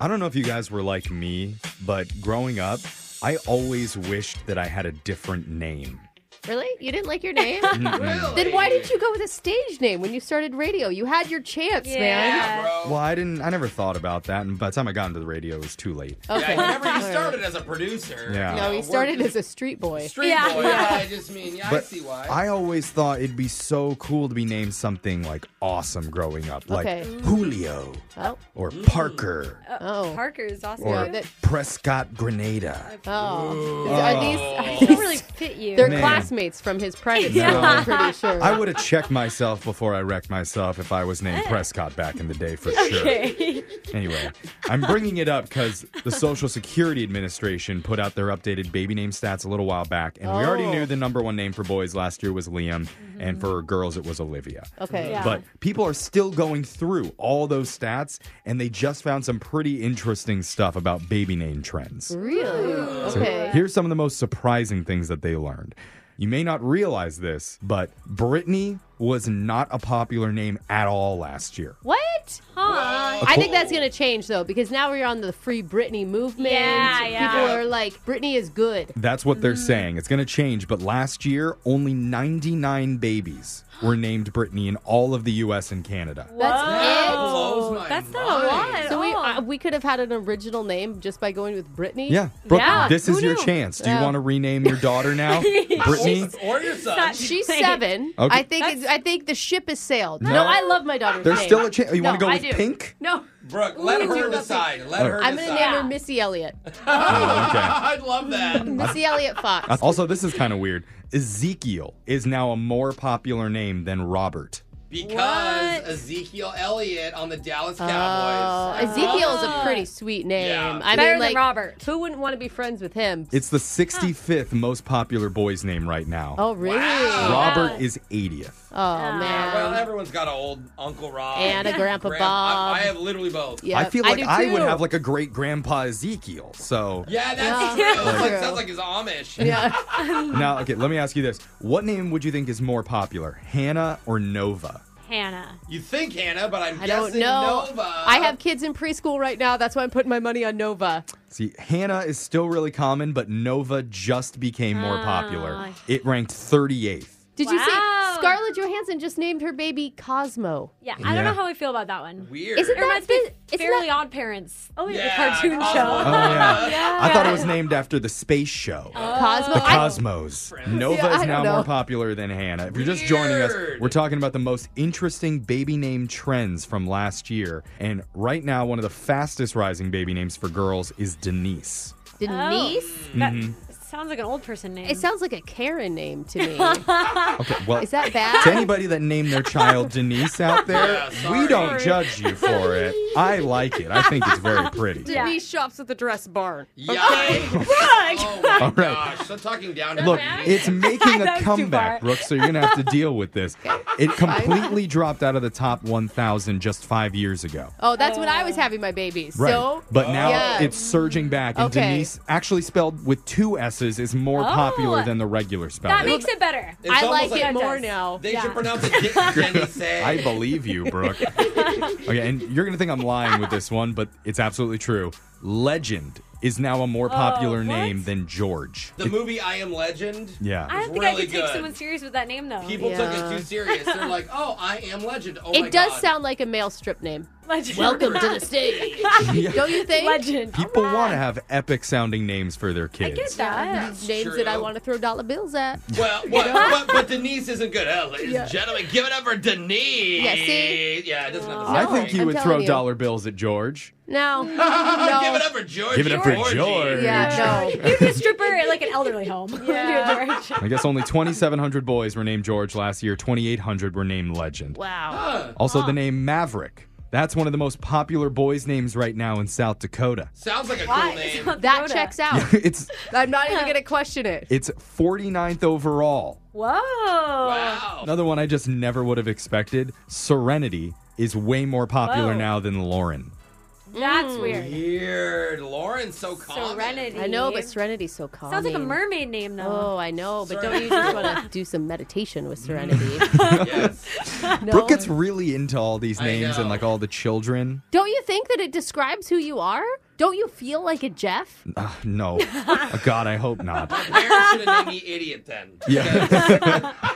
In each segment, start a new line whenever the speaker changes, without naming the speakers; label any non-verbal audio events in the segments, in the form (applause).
I don't know if you guys were like me, but growing up, I always wished that I had a different name.
Really? You didn't (laughs) like your name?
Mm-hmm.
Then why did you go with a stage name when you started radio? You had your chance, man.
Well, I didn't. I never thought about that, and by the time I got into the radio, it was too late.
Okay.
Yeah, whenever he started as a producer.
Yeah.
no, he
worked
started as
as
a street boy.
street
Yeah.
boy. Yeah,
(laughs)
I just mean, yeah, I
But
see why.
I always thought it'd be so cool to be named something like awesome growing up, like
Okay.
Julio
oh,
or
Mm.
Parker
oh,
Uh, Parker is awesome.
or
that-
Prescott Grenada.
oh. Are these?
They
Are
don't
these
really fit you.
they're
Man.
(laughs)
classmates from his private school.
No. (laughs)
I'm pretty sure.
I would have checked myself before I wrecked myself if I was
(laughs)
named Prescott back in the day for sure.
okay.
Anyway, I'm bringing it up because the Social Security Administration put out their updated baby name stats a little while back, and we already
Oh. Mm-hmm.
knew the number one name for boys last year was Liam, and for girls it was Olivia.
okay.
Yeah.
But people are still going through all those stats, and they just found some pretty interesting stuff about baby name trends.
Really?
So
Okay.
here's some of the most surprising things that they learned. You may not realize this, but Brittany was not a popular name at all last year.
What?
Huh.
I think that's going to change though because now we're on the free Britney movement.
Yeah, yeah.
People are like Britney is good.
That's what
Mm-hmm.
they're saying. It's going to change, but last year, only 99 babies were named Brittany in all of the US and Canada.
That's
That
it.
blows my
That's not a
mind.
lot at
So we
all.
uh, we could have had an original name just by going with Britney.
Yeah, Brooke,
Yeah,
this is
who
your
knew?
chance. Do
Yeah.
you want to rename your daughter
(laughs)
now? Brittany?
Or, or your son.
Not-
She's seven.
Okay.
I think it's, I think the ship has sailed. No,
No.
I love my daughter's
There's
name.
still a chance. You
No,
want to go
I
with
do. (laughs)
pink?
No,
Brooke, let
do
her
love
decide. Let
Oh.
her
I'm gonna
decide.
name
(laughs)
her Missy Elliott.
I'd
(laughs)
love that.
Missy Elliott Fox.
Also, this is kind of weird. Ezekiel is now a more popular name than Robert.
Because
What?
Ezekiel Elliott on the Dallas
Oh,
Cowboys.
(laughs) Ezekiel is a pretty sweet name.
Yeah.
I
Better
mean,
than
like
Robert.
Who wouldn't want to be friends with him?
It's the 65th most popular boy's name right now.
oh, really?
Robert is 80th.
Oh man.
Yeah, well, everyone's got an old Uncle Rob
And a Grandpa Bob.
I, I have literally both.
Yep.
I feel like
do
I, would
too.
have like a great grandpa Ezekiel. So
Yeah, that's
Yeah.
true. It's like-
True.
sounds like he's Amish.
Yeah.
now, okay, let me ask you this: What name would you think is more popular, Hannah or Nova?
Hannah.
You think Hannah, but I'm
I don't
guessing
know.
Nova.
I have kids in preschool right now. That's why I'm putting my money on Nova.
See, Hannah is still really common, but Nova just became more
Ah.
popular. It ranked 38th.
Did you
Wow.
see Scarlett Johansson just named her baby Cosmo?
Yeah, I
Yeah.
don't know how I feel about that one.
Weird.
Isn't
It reminds me of
Isn't
Fairly Odd Parents. Oh,
Yeah,
the cartoon
Cosmo.
show.
Oh (laughs) yeah.
(laughs)
I thought it was named after the space show.
Cosmo.
The
Oh, I-
Cosmos. Nova
Yeah, I
is now
don't know.
more popular than Hannah. If you're just joining us,
Weird.
we're talking about the most interesting baby name trends from last year. And right now, one of the fastest rising baby names for girls is Denise.
Denise?
Oh. That
Mm-hmm.
sounds like an old person name.
It sounds like a Karen name to me.
Okay, well,
Is that
to
bad?
anybody that named their child Denise out there,
Yeah,
we
sorry.
don't judge you for it. I like it. I think it's very pretty.
Yeah.
shops at the dress barn.
Yikes. Oh my
All right.
gosh. Stop talking down to
Look,
me.
(laughs)
it's making
That
a
was too far.
comeback, Brooke, so you're going to have to deal with
(laughs)
this. It completely dropped out of the top 1,000 just five years ago.
Oh, that's when I was having my babies.
Right.
So,
but now
Yeah.
it's surging back, and
Okay.
Denise, actually spelled with two S's, is more popular than the regular spelling.
Oh. that makes it better.
It's
I like
almost
it
like-
more
That does.
now.
They
Yeah.
should pronounce it Jenny say.
(laughs) I believe you,
(laughs)
Brooke. okay, and you're going to think I'm lying with this one, but it's absolutely true. Legend is now a more popular
Oh,
what?
name than George.
the movie I Am Legend.
yeah.
I don't think I
really
could take
good.
someone serious with that name though.
People
Yeah.
took it too serious. They're like, oh, I Am Legend. Oh my
It does
God.
sound like a male strip name.
(laughs) Legend.
Welcome to the
(laughs)
stage. (laughs) Don't you think?
Legend.
People want to have epic sounding names for their kids.
I get that.
That's
Names that I
true.
want to throw dollar bills at.
Well, what, but, but Denise isn't good. Oh, ladies and gentlemen, give it up for Denise.
Yeah, see?
Yeah, it doesn't have the
I
sound.
think you
I'm
would
telling
throw
you.
dollar bills at George.
No. no.
Give it up for George.
Give it up for
Georgie.
George.
Yeah, no.
You'd be a stripper at like an elderly home. (laughs)
Yeah.
You're George.
I guess
(laughs)
only 2,700 boys were named George last year, 2,800 were named Legend.
Wow.
Huh.
Also, the name Maverick. That's one of the most popular boys' names right now in South Dakota. (laughs)
Sounds like a
Why? (laughs)
cool name.
South
That
Dakota.
checks out.
it's
I'm not even going to question it.
it's 49th overall.
Whoa.
Wow.
Another one I just never would have expected. Serenity is way more popular
Whoa.
now than Lauren.
That's weird.
Weird. Lauren's so common.
Serenity.
I know, but Serenity's so calm.
Sounds like a mermaid name though.
Oh, I know, but don't you just want to do some meditation with Serenity?
Yes.
No.
Brooke gets really into all these
I
names
know.
and like all the children. (sighs)
Don't you think that it describes who you are? Don't you feel like a Jeff?
Uh,
(laughs)
no. Oh, God, I hope
(laughs)
not.
Parents should have named me idiot then.
Yeah.
(laughs)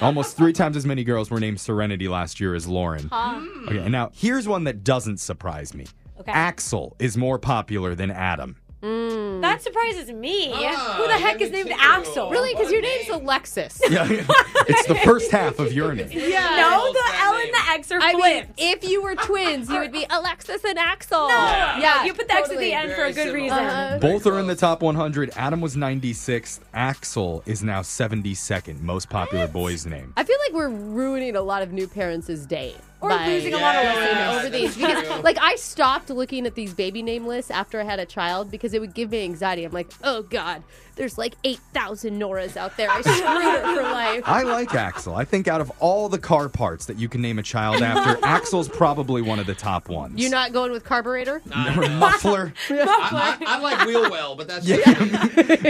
Almost three times as many girls were named Serenity last year as Lauren. Hmm. Okay, now here's one that doesn't surprise me.
Okay.
Axel is more popular than
(laughs)
Adam.
Oh.
That surprises me.
Ah,
Who the heck
yeah,
is
me
named
too.
Axel?
Really? Because your
What
name's
name?
Alexis.
Yeah, (laughs) it's the first half of your name.
Yeah.
No,
Old
the
friend
L and the
name.
X are
I mean,
flipped.
if you were twins, you
(laughs)
would be Alexis and Axel.
No.
Yeah,
you put the X at the
totally.
end for
Very
a good
similar.
reason.
Uh-huh.
Both are in the top 100. Adam was 96th. Axel is now 72nd most popular boy's name.
I feel like we're ruining a lot of new parents' day.
Or
by-
losing a lot of
Yeah,
listeners.
over
that's
these
true.
because like I stopped looking at these baby name lists after I had a child because it would give me anxiety. I'm like, oh god, there's like eight thousand Noras out there.
(laughs)
I screwed her for life.
I like Axel. I think out of all the car parts that you can name a child after, Axel's probably one of the top ones. (laughs)
You're not going with carburetor?
I,
Or
know.
muffler.
I, I, I like wheel well, but that's
Yeah,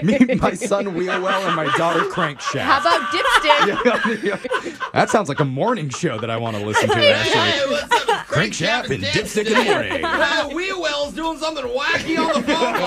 me, me, my son Wheelwell, and my daughter
How
Crankshaft.
about dipstick?
(laughs) that sounds like a morning show that I want to listen to. Actually,
Hey, what's up?
Crankshaft and Dipstick in the morning.
Wow, Wheel Well's doing something wacky on the
(laughs)
phone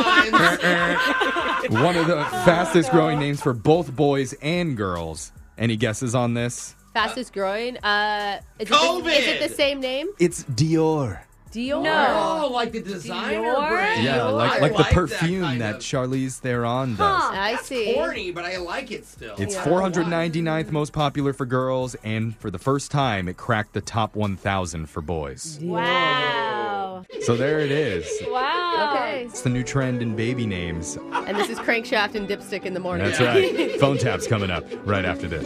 lines.
one of the fastest growing names for both boys and girls. Any guesses on this?
Fastest growing. Uh, is, it the, is it the
COVID.
same name?
It's Dior.
Dior.
No.
Oh, like the designer
Dior?
brand.
Yeah,
Dior.
like, like
I
the
that
perfume
kind
that
of-
Charlize Theron does.
Huh.
I see.
corny, but I like it still.
It's
Yeah.
499th most popular for girls, and for the first time, it cracked the top 1,000 for boys.
Wow.
So there it is.
Wow.
Okay.
It's the new trend in baby names.
Oh,
And this is crankshaft and dipstick in the morning.
That's right. Phone tap's coming up right after this.